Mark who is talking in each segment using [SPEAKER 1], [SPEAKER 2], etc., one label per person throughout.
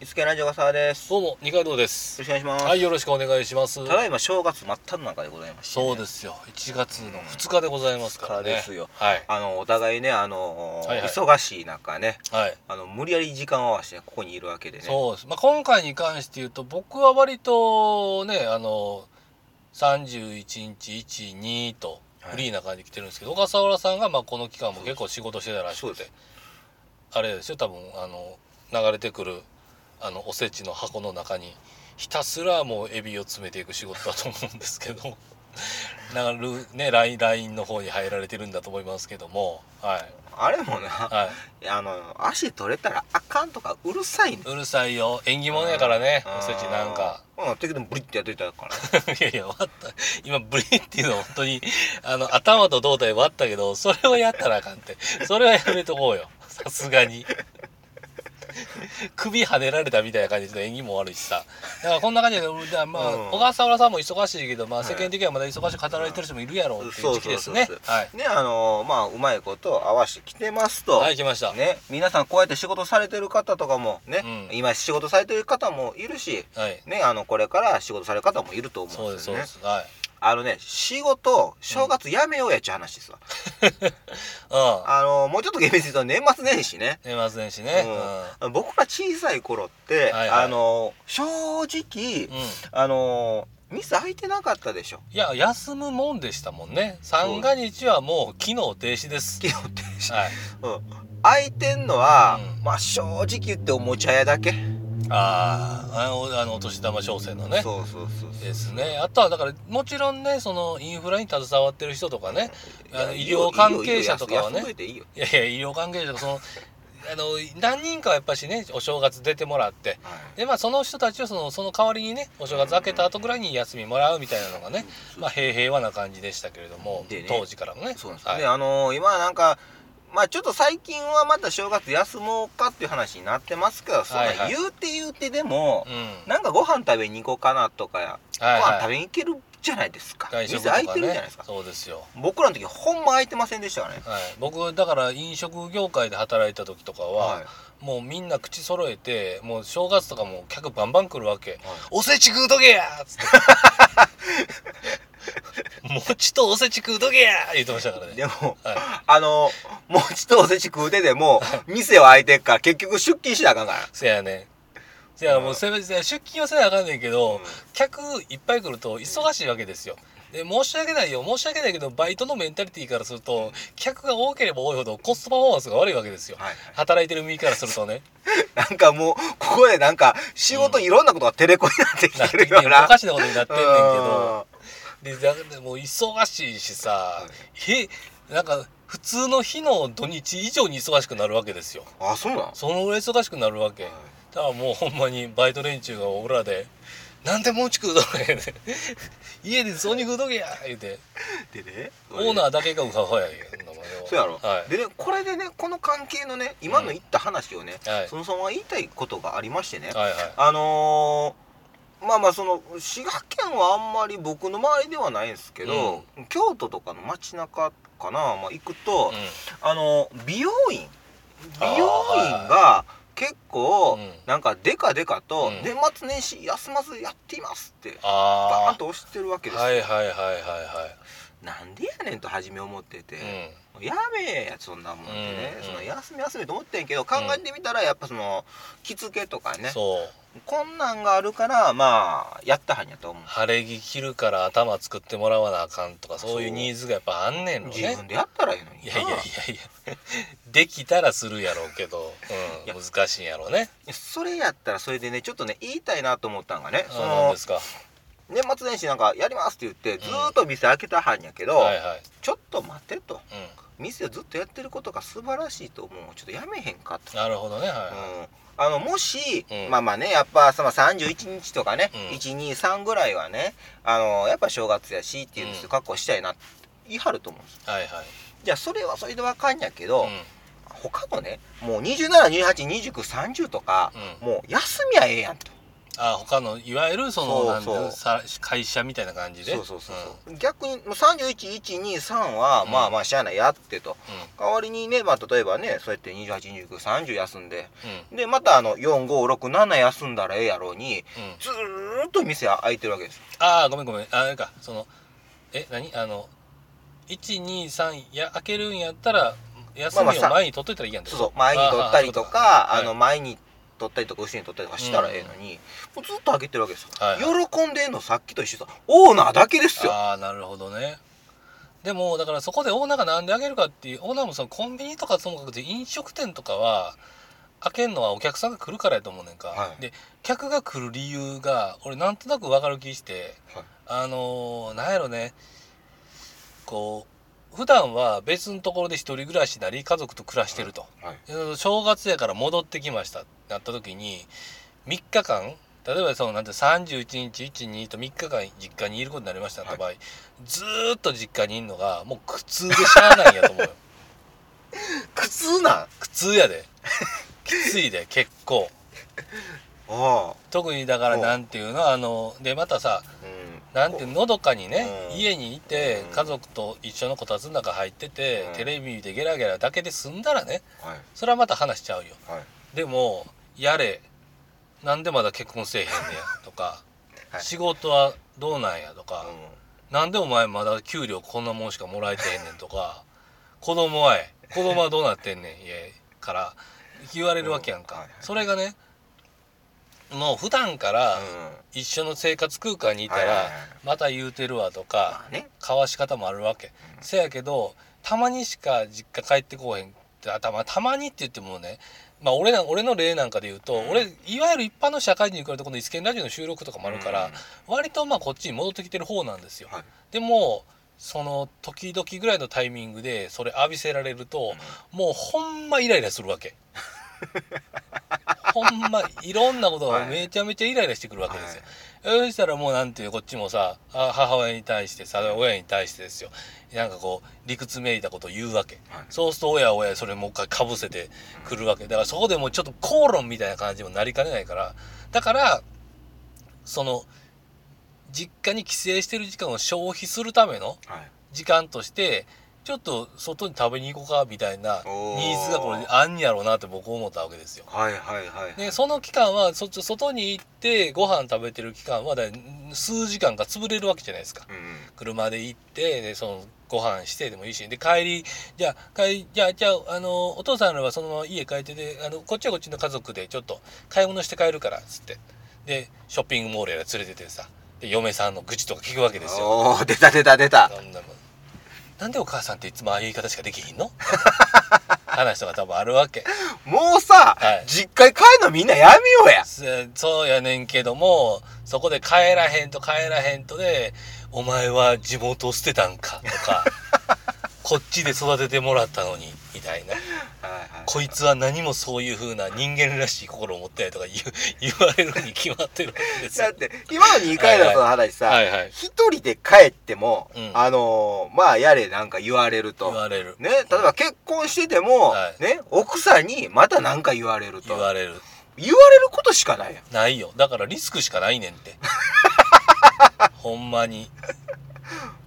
[SPEAKER 1] いつけラジオが沢です。よ
[SPEAKER 2] どうも二階堂です
[SPEAKER 1] ろしくお願いします。
[SPEAKER 2] はいよろしくお願いします
[SPEAKER 1] ただいま正月真っ只中でございまして、
[SPEAKER 2] そうですよ1月の2日でございますからね
[SPEAKER 1] 二日ですよ
[SPEAKER 2] はい
[SPEAKER 1] あのお互いね、あのー
[SPEAKER 2] はいはい
[SPEAKER 1] 忙しい中ね、
[SPEAKER 2] はい
[SPEAKER 1] あの無理やり時間を合わせてここにいるわけでね。
[SPEAKER 2] そうです、まあ、今回に関して言うと僕は割とねあの31日12と
[SPEAKER 1] はい
[SPEAKER 2] フリーな感じで来てるんですけど、小笠原さんがまあこの期間も結構仕事してたらし
[SPEAKER 1] そう
[SPEAKER 2] く
[SPEAKER 1] で
[SPEAKER 2] て
[SPEAKER 1] す
[SPEAKER 2] あれですよ多分あの流れてくるあのおせちの箱の中にひたすらもうエビを詰めていく仕事だと思うんですけどなんかルねラインラインの方に入られてるんだと思いますけどもはい
[SPEAKER 1] あれもな、
[SPEAKER 2] はい。
[SPEAKER 1] あの足取れたらあかんとかうるさいね。
[SPEAKER 2] うるさいよ縁起物やからね
[SPEAKER 1] うん
[SPEAKER 2] おせちなんか。
[SPEAKER 1] うん、適当にブリってやってたから。
[SPEAKER 2] いやいや、割った。今、ブリっていうのは本当に、あの、頭と胴体割ったけど、それはやったらあかんって。それはやめとこうよ。 さすがに。首跳ねられたみたいな感じで演技も悪いしさ。だからこんな感じで、俺だからまあ、
[SPEAKER 1] うん
[SPEAKER 2] 小笠原さんも忙しいけど、ま
[SPEAKER 1] は
[SPEAKER 2] あ
[SPEAKER 1] い
[SPEAKER 2] 世間的にはまだ忙しく働いてる人もいるやろうっていう
[SPEAKER 1] そう
[SPEAKER 2] 時
[SPEAKER 1] そ
[SPEAKER 2] 期
[SPEAKER 1] う
[SPEAKER 2] です
[SPEAKER 1] そう
[SPEAKER 2] ね
[SPEAKER 1] そう。
[SPEAKER 2] はい。
[SPEAKER 1] ね、あのーまあうまいことを合わせてきてますと。
[SPEAKER 2] はい、来ました。
[SPEAKER 1] ね、皆さんこうやって仕事されてる方とかもね、
[SPEAKER 2] うん
[SPEAKER 1] 今仕事されてる方もいるし、
[SPEAKER 2] はい。
[SPEAKER 1] ね、あのこれから仕事される方もいると思
[SPEAKER 2] そううんで、
[SPEAKER 1] ですす
[SPEAKER 2] そ
[SPEAKER 1] よ
[SPEAKER 2] う
[SPEAKER 1] ね
[SPEAKER 2] です。はい。
[SPEAKER 1] あのね仕事正月やめようやっちゅう話ですわ、
[SPEAKER 2] うん。
[SPEAKER 1] あのもうちょっと厳密に言うと年末年始ね、
[SPEAKER 2] 寝ませんしね。
[SPEAKER 1] うん、僕ら小さい頃って、
[SPEAKER 2] はいはい
[SPEAKER 1] あの正直、
[SPEAKER 2] うん。うん。
[SPEAKER 1] あの店開いてなかったでしょ
[SPEAKER 2] いや、休むもんでしたもんね。三が日はもう機能停止です。
[SPEAKER 1] 基本的に
[SPEAKER 2] はい。
[SPEAKER 1] うん開いてんのは、
[SPEAKER 2] うん
[SPEAKER 1] まあ正直言っておもちゃ屋だけ、
[SPEAKER 2] ああ、あの、あのお年玉商戦のね。
[SPEAKER 1] そうそうそうそう
[SPEAKER 2] ですね。あとは、だから、もちろんね、その、インフラに携わってる人とかね。あの
[SPEAKER 1] いや
[SPEAKER 2] 医療関係者とかはね
[SPEAKER 1] いいよいいよ休んどいていいよ
[SPEAKER 2] いやいや、医療関係者とか、その、あの、何人かはやっぱしね、お正月出てもらって。で、まあ、その人たちを、その、その代わりにね、お正月明けた後ぐらいに休みもらうみたいなのがね、まあ、平平和な感じでしたけれども、
[SPEAKER 1] でね
[SPEAKER 2] 当時からもね。
[SPEAKER 1] そうなんですよ、
[SPEAKER 2] はい
[SPEAKER 1] であのー今はなんかまあちょっと最近はまた正月休もうかっていう話になってますけど、そんな
[SPEAKER 2] はいはい
[SPEAKER 1] 言うて言うてでも
[SPEAKER 2] う、ん。
[SPEAKER 1] なんかご飯食べに行こうかなとかや、
[SPEAKER 2] は
[SPEAKER 1] ご飯
[SPEAKER 2] い
[SPEAKER 1] 食
[SPEAKER 2] はい。
[SPEAKER 1] べに行けるじゃないですか
[SPEAKER 2] 外
[SPEAKER 1] 店
[SPEAKER 2] 食と
[SPEAKER 1] 空い
[SPEAKER 2] か
[SPEAKER 1] てるじゃない
[SPEAKER 2] ね
[SPEAKER 1] ですか。
[SPEAKER 2] そうですよ。
[SPEAKER 1] 僕らの時ほんま空いてませんでしたからね
[SPEAKER 2] はい、僕だから飲食業界で働いた時とかは、
[SPEAKER 1] はい
[SPEAKER 2] もうみんな口揃えてもう正月とかも客バンバン来るわけ
[SPEAKER 1] はい
[SPEAKER 2] 「おせち食うとけや!」っ つって「餅とおせち食うとけや!」言ってましたからね
[SPEAKER 1] でも、
[SPEAKER 2] はい
[SPEAKER 1] あのー餅とおせち食うてでも店は空いてっから結局出勤しなあかんから
[SPEAKER 2] せやねせやもうせめせや出勤はせなあかんねんけ
[SPEAKER 1] う
[SPEAKER 2] ど、
[SPEAKER 1] ん
[SPEAKER 2] 客いっぱい来ると忙しいわけですよで申し訳ないよ申し訳ないけどバイトのメンタリティーからすると客が多ければ多いほどコストパフォーマンスが悪いわけですよ、
[SPEAKER 1] はい
[SPEAKER 2] 働いてる身からする とね
[SPEAKER 1] なんかもうここでなんか仕事いろんなことがテレコになって
[SPEAKER 2] なっ
[SPEAKER 1] きて
[SPEAKER 2] て
[SPEAKER 1] る
[SPEAKER 2] きてお
[SPEAKER 1] ような
[SPEAKER 2] かしなことになってんねんけど
[SPEAKER 1] うん
[SPEAKER 2] でだからもう忙しいしさ、へなんか普通の日の土日以上に忙しくなるわけですよ
[SPEAKER 1] あそうなん
[SPEAKER 2] そのぐらい忙しくなるわけ、
[SPEAKER 1] はい
[SPEAKER 2] だからもうほんまにバイト連中が俺らで「なんでもうち食うどけ」で「家で雑煮食うどけや」言うて
[SPEAKER 1] でね
[SPEAKER 2] オーナーだけがウハウハやけど
[SPEAKER 1] そうやろ、
[SPEAKER 2] はい
[SPEAKER 1] でねこれでねこの関係のね今の言った話をね、
[SPEAKER 2] はい
[SPEAKER 1] そのその言いたいことがありましてね、
[SPEAKER 2] はいはい
[SPEAKER 1] あのーまあまあその滋賀県はあんまり僕の周りではないんですけど、京都とかの街中かな、まあ、行くと、
[SPEAKER 2] う
[SPEAKER 1] あの美容院
[SPEAKER 2] あー
[SPEAKER 1] 美容院が結構
[SPEAKER 2] うん
[SPEAKER 1] なんかデカデカと
[SPEAKER 2] うん
[SPEAKER 1] 年末年始休まずやっていますってバーン
[SPEAKER 2] あ
[SPEAKER 1] と押してるわけ
[SPEAKER 2] あ
[SPEAKER 1] ですよ、
[SPEAKER 2] はいはいはいはいは
[SPEAKER 1] なんでやねんと初め思ってて、
[SPEAKER 2] い、うん、
[SPEAKER 1] やべえやつそんなもんでね、
[SPEAKER 2] うんうん
[SPEAKER 1] その休み休みと思ってんけど考えてみたらやっぱその着付けとかね
[SPEAKER 2] そう
[SPEAKER 1] こんなんがあるからまあやったはんやと思う、
[SPEAKER 2] 晴れ着着るから頭作ってもらわなあかんとかそういうニーズがやっぱあんねんのね
[SPEAKER 1] 自分でやったらいいのに
[SPEAKER 2] い
[SPEAKER 1] な
[SPEAKER 2] やいやいやいやできたらするやろうけど、
[SPEAKER 1] い
[SPEAKER 2] う
[SPEAKER 1] や、
[SPEAKER 2] ん難しいんやろうね
[SPEAKER 1] それやったらそれでねちょっとね言いたいなと思ったんがねそ
[SPEAKER 2] あなん
[SPEAKER 1] の
[SPEAKER 2] ですか
[SPEAKER 1] 年末年始なんかやりますって言ってずーっと店開けたはんやけど、
[SPEAKER 2] はいはい、
[SPEAKER 1] ちょっと待てと
[SPEAKER 2] う
[SPEAKER 1] 店をずっとやってることが素晴らしいと思うちょっとやめへんかと
[SPEAKER 2] ん、なるほどねはいは
[SPEAKER 1] うんあのもし、
[SPEAKER 2] うん
[SPEAKER 1] まあまあねやっぱその31日とかね、
[SPEAKER 2] うん
[SPEAKER 1] 123ぐらいはねあのやっぱ正月やしっていう
[SPEAKER 2] うん
[SPEAKER 1] のを確保したいなって言い張ると思うんですよ
[SPEAKER 2] いはいはい
[SPEAKER 1] じゃあそれはそれでわかんやけど、
[SPEAKER 2] うん
[SPEAKER 1] 他のねもう27282930とか、
[SPEAKER 2] うん
[SPEAKER 1] もう休みはええやんと
[SPEAKER 2] あ他のいわゆるその
[SPEAKER 1] そう
[SPEAKER 2] なんていうの
[SPEAKER 1] そ
[SPEAKER 2] さ会社みたいな感じで
[SPEAKER 1] そうそうそうそう、逆に31123は、
[SPEAKER 2] うん
[SPEAKER 1] まあまあしゃあないやってと
[SPEAKER 2] うん
[SPEAKER 1] 代わりにね、まあ、例えばねそうやって282930休んで
[SPEAKER 2] うん
[SPEAKER 1] でまたあの4567休んだらええやろうに
[SPEAKER 2] うんうん
[SPEAKER 1] ずーっと店開いてるわけです
[SPEAKER 2] ああごめんごめんあなんかそのえ何あの123や開けるんやったら休み
[SPEAKER 1] まあ
[SPEAKER 2] を
[SPEAKER 1] まあさ
[SPEAKER 2] 前に取っといたらいいやんって
[SPEAKER 1] そう
[SPEAKER 2] こ
[SPEAKER 1] そ
[SPEAKER 2] と
[SPEAKER 1] う前に取ったりとか
[SPEAKER 2] あ
[SPEAKER 1] あ
[SPEAKER 2] ーそういう
[SPEAKER 1] の
[SPEAKER 2] ことかは
[SPEAKER 1] 前に取ったりとか後ろに取ったりとかしたらええのに、もうずっと開けてるわけですよ、
[SPEAKER 2] はい
[SPEAKER 1] 喜んでんのさっきと一緒さオーナーだけですよ
[SPEAKER 2] ああなるほどねでもだからそこでオーナーが何であげるかっていうオーナーもそのコンビニとかともかくて飲食店とかは開けんのはお客さんが来るからやと思うねんか、
[SPEAKER 1] はい
[SPEAKER 2] で客が来る理由が俺なんとなく分かる気して、
[SPEAKER 1] はい
[SPEAKER 2] あのーなんやろねこう普段は別のところで一人暮らしなり家族と暮らしてると、
[SPEAKER 1] はい
[SPEAKER 2] 正月やから戻ってきましたってなった時に3日間例えばそのなんて31日12と3日間実家にいることになりましたって場合、ずーっと実家にいるのがもう苦痛でしゃあないんやと 思うよ
[SPEAKER 1] 苦痛なんあ
[SPEAKER 2] 苦痛やできついで結構
[SPEAKER 1] あ
[SPEAKER 2] 特にだからなんていうのあのでまたさ
[SPEAKER 1] うん
[SPEAKER 2] なんてのどかにね、
[SPEAKER 1] うん
[SPEAKER 2] 家にいて
[SPEAKER 1] うん
[SPEAKER 2] 家族と一緒のこたつの中入ってて、
[SPEAKER 1] うん
[SPEAKER 2] テレビ見てゲラゲラだけで済んだらね
[SPEAKER 1] はい
[SPEAKER 2] それはまた話しちゃうよ
[SPEAKER 1] はい
[SPEAKER 2] でもやれなんでまだ結婚せえへんねやとか、
[SPEAKER 1] はい
[SPEAKER 2] 仕事はどうなんやとか、
[SPEAKER 1] うん
[SPEAKER 2] なんでお前まだ給料こんなもんしかもらえてへんねんとか子供はえ子供はどうなってんねん家から言われるわけやんか、
[SPEAKER 1] うんはいはい
[SPEAKER 2] それがねもう普段から
[SPEAKER 1] うん
[SPEAKER 2] 一緒の生活空間にいたら、
[SPEAKER 1] はいはいはい
[SPEAKER 2] また言うてるわと
[SPEAKER 1] ま
[SPEAKER 2] か
[SPEAKER 1] あね
[SPEAKER 2] 交わし方もあるわけ、せやけどたまにしか実家帰ってこうへんってあたまたまにって言ってもねまあ俺な俺の例なんかで言うと、
[SPEAKER 1] ん
[SPEAKER 2] 俺いわゆる一般の社会人に比べてこの「イスケンラジオ」の収録とかもあるから、
[SPEAKER 1] うん
[SPEAKER 2] 割とまあこっちに戻ってきてる方なんですよ、
[SPEAKER 1] はい
[SPEAKER 2] でもその時々ぐらいのタイミングでそれ浴びせられると、もうほんまイライラするわけほんまいろんなことがめちゃめちゃイライラしてくるわけですよ、そしたらもうなんていうこっちもさあ母親に対してさ親に対してですよなんかこう理屈めいたことを言うわけ、
[SPEAKER 1] はい
[SPEAKER 2] そうすると親は親でそれもう一回かぶせてくるわけだからそこでもうちょっと口論みたいな感じにもなりかねないからだからその実家に帰省してる時間を消費するための
[SPEAKER 1] はい
[SPEAKER 2] 時間としてちょっと外に食べに行こうかみたいな
[SPEAKER 1] おー
[SPEAKER 2] ニーズがこれあんやろうなって僕思ったわけですよ。
[SPEAKER 1] はいはいはい
[SPEAKER 2] でその期間はそ外に行ってご飯食べてる期間はだい数時間が潰れるわけじゃないですか。
[SPEAKER 1] うんうん
[SPEAKER 2] 車で行ってでそのご飯してでもいいしで帰りじゃあ帰りじゃあじゃああのお父さんらはそのまま家帰ってであのこっちはこっちの家族でちょっと買い物して帰るからっつってでショッピングモールやら連れてってさで嫁さんの愚痴とか聞くわけですよ。
[SPEAKER 1] おー出た出た出た
[SPEAKER 2] なんだろうなんでお母さんっていつもああいう言い方しかできひ んの話とか多分あるわけ
[SPEAKER 1] もうさ、
[SPEAKER 2] はい
[SPEAKER 1] 実家に帰るのみんなやめようや
[SPEAKER 2] せそうやねんけどもそこで帰らへんと帰らへんとで「お前は地元を捨てたんか」と か「こっちで育ててもらったのに」みたいな
[SPEAKER 1] はいはい
[SPEAKER 2] 「こいつは何もそういう風な人間らしい心を持ってない」とか言う言われるに決まってるわけです
[SPEAKER 1] だっ
[SPEAKER 2] よ。
[SPEAKER 1] て今の2回のその話さ、
[SPEAKER 2] はいはい
[SPEAKER 1] 一人で帰っても、
[SPEAKER 2] うん
[SPEAKER 1] あのーまあやれなんか言われる
[SPEAKER 2] 言
[SPEAKER 1] と
[SPEAKER 2] われる
[SPEAKER 1] ね例えば結婚してても、
[SPEAKER 2] はい
[SPEAKER 1] ね奥さんにまたなんか言われると
[SPEAKER 2] 言われる
[SPEAKER 1] 言われることしかないやん
[SPEAKER 2] ないよだからリスクしかないねんって ほんまに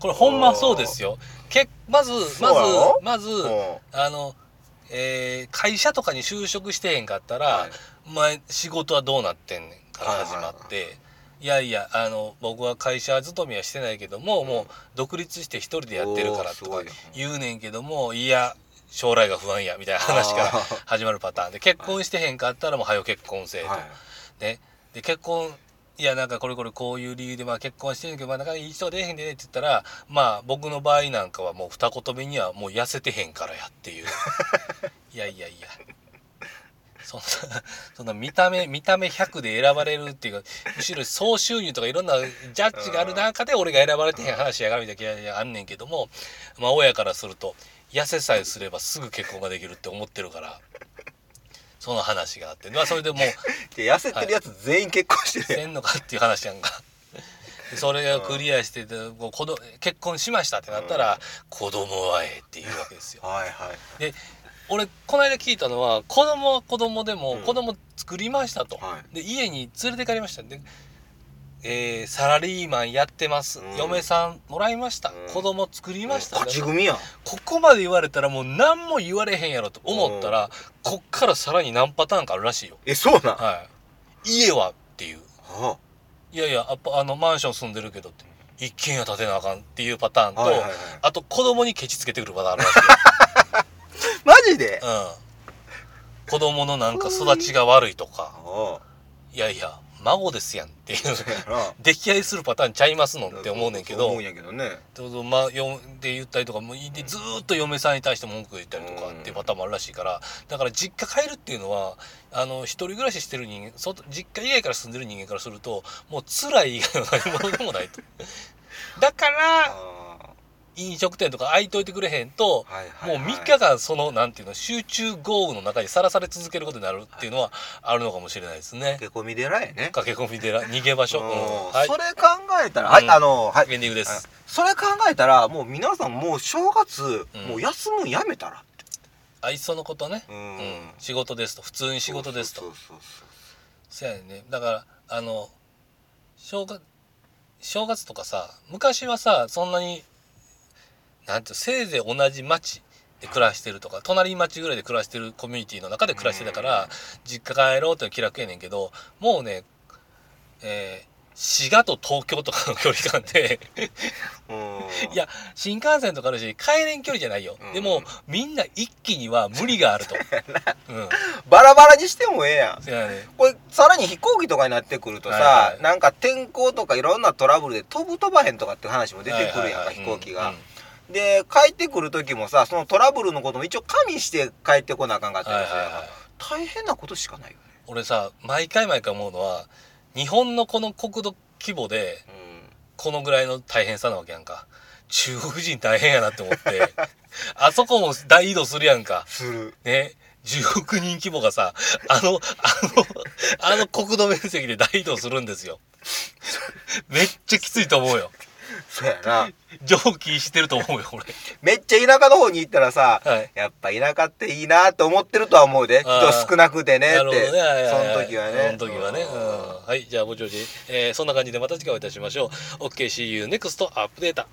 [SPEAKER 2] これほんまそうですよけまずま
[SPEAKER 1] そうなの
[SPEAKER 2] ずまず
[SPEAKER 1] も
[SPEAKER 2] あの、えー会社とかに就職してへんかったら、
[SPEAKER 1] はい
[SPEAKER 2] お前仕事はどうなってんねんから始まって、いやいやあの僕は会社勤めはしてないけども、もう独立して一人でやってるから
[SPEAKER 1] おーす
[SPEAKER 2] と
[SPEAKER 1] ご
[SPEAKER 2] か
[SPEAKER 1] いな
[SPEAKER 2] 言うねんけどもいや将来が不安やみたいな話 から
[SPEAKER 1] あー
[SPEAKER 2] 始まるパターンで結婚してへんかったらもう早よ結婚せえ
[SPEAKER 1] う
[SPEAKER 2] と。
[SPEAKER 1] はい
[SPEAKER 2] ね、で結婚いやなんかこれこれこういう理由でまあ結婚してるけど、まあ、なかなかいい人が出えへんでねって言ったらまあ僕の場合なんかはもう二言目にはもう痩せてへんからやっていういやいやいやそんな そんな見た目見た目100で選ばれるっていうかむしろ総収入とかいろんなジャッジがある中で俺が選ばれてへん話やがるみたいな気があんねんけどもまあ親からすると痩せさえすればすぐ結婚ができるって思ってるからその話があってまあそれでもう
[SPEAKER 1] で痩せてるやつ全員結婚してる
[SPEAKER 2] せんのかっていう話 やんか。でそれをクリアしてて、こう子ど結婚しましたってなったら、子供はええっていうわけですよ。
[SPEAKER 1] やんはいはい
[SPEAKER 2] で俺この間聞いたのは子供は子供でも
[SPEAKER 1] うん
[SPEAKER 2] 子供作りましたと、
[SPEAKER 1] は
[SPEAKER 2] で家に連れて帰りましたで、えーサラリーマンやってます、
[SPEAKER 1] うん
[SPEAKER 2] 嫁さんもらいました、
[SPEAKER 1] うん
[SPEAKER 2] 子供作りました、
[SPEAKER 1] 勝ち組やん
[SPEAKER 2] ここまで言われたらもう何も言われへんやろと思ったら、こっからさらに何パターンかあるらしいよ、
[SPEAKER 1] えそうなん、
[SPEAKER 2] はい、家はっていう
[SPEAKER 1] あ
[SPEAKER 2] いやいやああのマンション住んでるけどって一軒家建てなあかんっていうパターンと、
[SPEAKER 1] はいはいはい
[SPEAKER 2] あと子供にケチつけてくるパターンあるらし
[SPEAKER 1] マジで
[SPEAKER 2] いよ、うん、子供のなんか育ちが悪いと
[SPEAKER 1] あ
[SPEAKER 2] か
[SPEAKER 1] あ
[SPEAKER 2] いやいや孫ですやんっていう
[SPEAKER 1] そうやな
[SPEAKER 2] 溺愛するパターンちゃいますのんって思うねんけ
[SPEAKER 1] そう
[SPEAKER 2] ど
[SPEAKER 1] 思うんやけどね
[SPEAKER 2] どうぞまあよんで言ったりとかもういでずーっと嫁さんに対して文句言ったりとか
[SPEAKER 1] うん
[SPEAKER 2] っていうパターンもあるらしいからだから実家帰るっていうのはあの一人暮らししてる人間外実家以外から住んでる人間からするともう辛い以外の何物でもないとだから
[SPEAKER 1] ああ
[SPEAKER 2] 飲食店とか空いといてくれへんと
[SPEAKER 1] はいはい
[SPEAKER 2] もう
[SPEAKER 1] はい
[SPEAKER 2] 3日間そのなんていうの集中豪雨の中にさらされ続けることになるっていうのはあるのかもしれないですね
[SPEAKER 1] 駆け込み寺やね
[SPEAKER 2] 駆け込み寺逃げ場所、うん
[SPEAKER 1] うん
[SPEAKER 2] はい
[SPEAKER 1] それ考えたら、は
[SPEAKER 2] う
[SPEAKER 1] い
[SPEAKER 2] ん
[SPEAKER 1] あのはい
[SPEAKER 2] エンディングです
[SPEAKER 1] あそれ考えたらもう皆さんもう正月、
[SPEAKER 2] うん
[SPEAKER 1] もう休むんやめたらって
[SPEAKER 2] 愛想のことね
[SPEAKER 1] う
[SPEAKER 2] うん、仕事ですと普通に仕事ですと
[SPEAKER 1] そうそうそう
[SPEAKER 2] そやねだからあの正月正月とかさ昔はさそんなになんていうせいぜい同じ町で暮らしてるとか隣町ぐらいで暮らしてるコミュニティの中で暮らしてたから、
[SPEAKER 1] うん
[SPEAKER 2] 実家帰ろうって気楽やねんけどもうねえー滋賀と東京とかの距離感で
[SPEAKER 1] そううん
[SPEAKER 2] いや新幹線とかあるし帰れん距離じゃないよ、
[SPEAKER 1] うん
[SPEAKER 2] でもみんな一気には無理があ ると、うん、
[SPEAKER 1] バラバラにしてもええやん
[SPEAKER 2] そやね
[SPEAKER 1] これさらに飛行機とかになってくるとさ、
[SPEAKER 2] はいはい
[SPEAKER 1] なんか天候とかいろんなトラブルで飛ぶ飛ばへんとかっていう話も出てくるやんか、
[SPEAKER 2] はいはいはい
[SPEAKER 1] 飛行機が、
[SPEAKER 2] うんうん
[SPEAKER 1] で帰ってくる時もさそのトラブルのことも一応加味して帰ってこなあかんかった
[SPEAKER 2] は
[SPEAKER 1] り
[SPEAKER 2] いは
[SPEAKER 1] するやん
[SPEAKER 2] い
[SPEAKER 1] か
[SPEAKER 2] はい
[SPEAKER 1] 大変なことしかないよね
[SPEAKER 2] 俺さ毎回毎回思うのは日本のこの国土規模でこのぐらいの大変さなわけやんか中国人大変やなって思っ てあそこも大移動するやんか
[SPEAKER 1] する
[SPEAKER 2] ね10億人規模がさあのあのあの国土面積で大移動するんですよめっちゃきついと思 うよ
[SPEAKER 1] そうやな
[SPEAKER 2] 上気してると思うよ俺
[SPEAKER 1] めっちゃ田舎の方に行ったらさ、
[SPEAKER 2] はい
[SPEAKER 1] やっぱ田舎っていいなと思ってるとは思うで
[SPEAKER 2] あー
[SPEAKER 1] 人少なくてねって
[SPEAKER 2] なるほどねはいはいい
[SPEAKER 1] その時はね
[SPEAKER 2] その時はねうんはいじゃあぼちぼち、えーそんな感じでまた次回お会いいたしましょう OKCU NEXT アップデータ